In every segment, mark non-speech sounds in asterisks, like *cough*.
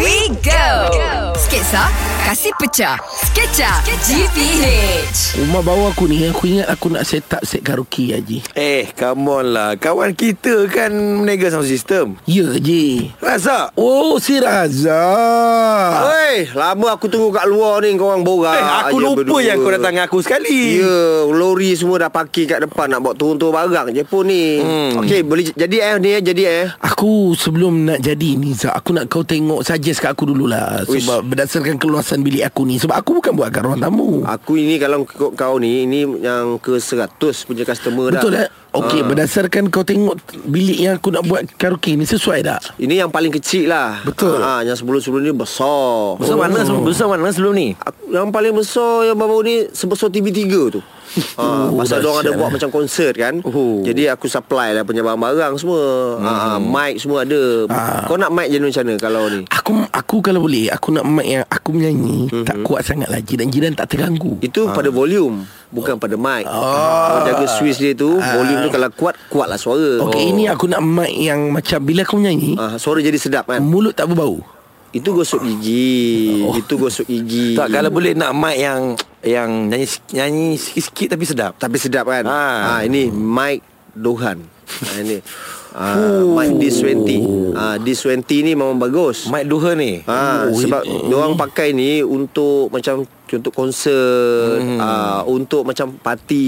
we go. Sketsa, kasih pecah. Sketcha, GPH. Rumah bawah aku ni Aku ingat aku nak set up set karaoke Haji Eh, come on lah. Kawan kita kan meniaga sound system. Ya Haji Rasa? Oh si Raza Oi, lama aku tunggu kat luar ni kau orang borak. Eh, aku je lupa berdua. yang kau datang dengan aku sekali. Ya, lori semua dah parking kat depan nak bawa turun-turun barang je pun ni. Hmm. Hmm. Okey, boleh j- jadi eh ni eh, jadi eh. Aku sebelum nak jadi ni Zak Aku nak kau tengok Suggest kat aku dululah Uish. Sebab berdasarkan keluasan bilik aku ni Sebab aku bukan buat kat ruang Ah, tamu Aku ini kalau ikut kau ni ini yang ke 100 punya customer dah. Betul eh? tak? Okey, Ah. Ha. berdasarkan kau tengok bilik yang aku nak buat karaoke ni sesuai tak? Ini yang paling kecil lah Betul. ha, Yang sebelum-sebelum ni besar Hmm. Besar mana Oh. sebelum, besar mana sebelum ni? Aku, Yang paling besar yang baru ni Sebesar TV3 *laughs* tu ha, Oh, Pasal diorang ada dahsyat buat lah. macam konsert kan Oh. Jadi aku supply lah punya barang-barang semua ha, ha, Mic semua ada Hmm. Ah. Kau nak mic jenis macam mana kalau ni? Aku aku kalau boleh aku nak mic yang aku Mhm. menyanyi mm-hmm. tak kuat sangat lah jiran-jiran tak terganggu. Itu pada volume Bukan pada mic Ah. Kau jaga switch dia tu Volume tu kalau kuat Kuat lah suara Okey, oh. ini aku nak mic yang macam bila aku Ah. menyanyi ha, Suara jadi sedap kan mulut tak berbau. Itu gosok gigi Itu gosok gigi Tak, kalau boleh nak mic yang yang nyanyi nyanyi sikit-sikit tapi sedap. Tapi sedap kan Ha. ha. ha ini Mike Dohan ha, Ini ha, Mike D20 ha, D20 ni memang bagus Mic Doha ni. ha, Oh, Sebab eh. Diorang pakai ni Untuk macam Untuk konsert hmm. ha, Untuk macam parti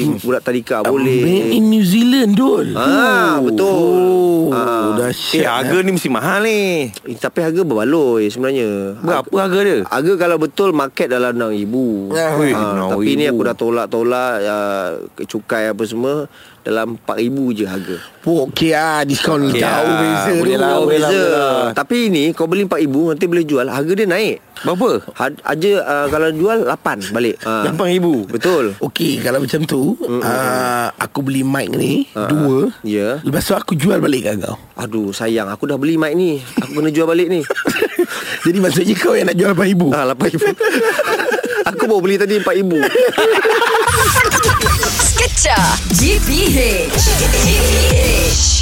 Hmm. Budak tadika Made in boleh New Zealand dul. Ah, betul. Oh, Ah. dahsyat. Eh, harga ni mesti mahal ni. eh, Tapi harga berbaloi sebenarnya Berapa harga dia? Harga kalau betul market dalam RM6,000 Ah, weh, ha, Tapi RM6,000. ni aku dah tolak-tolak uh, Cukai apa semua Dalam RM4,000 je harga Oh, okey ah, diskaun Okey okay, jauh ah, beza. boleh tu. lah, Oh, boleh lah, beza. boleh lah. Tapi ini kau beli RM4,000 nanti boleh jual harga dia naik. Berapa? Had, aja uh, kalau jual 8 balik. Ha. RM8,000. Betul. Ah. Okey, kalau macam tu, ah, aku beli mic ni Ah. dua. Ya. Lepas tu aku jual balik kat kau. Aduh sayang aku dah beli mic ni. Aku kena jual balik ni. Jadi maksudnya kau yang nak jual 8000. ha 8,000. *laughs* aku baru beli tadi 4,000. Sketcha, GPH. GPH.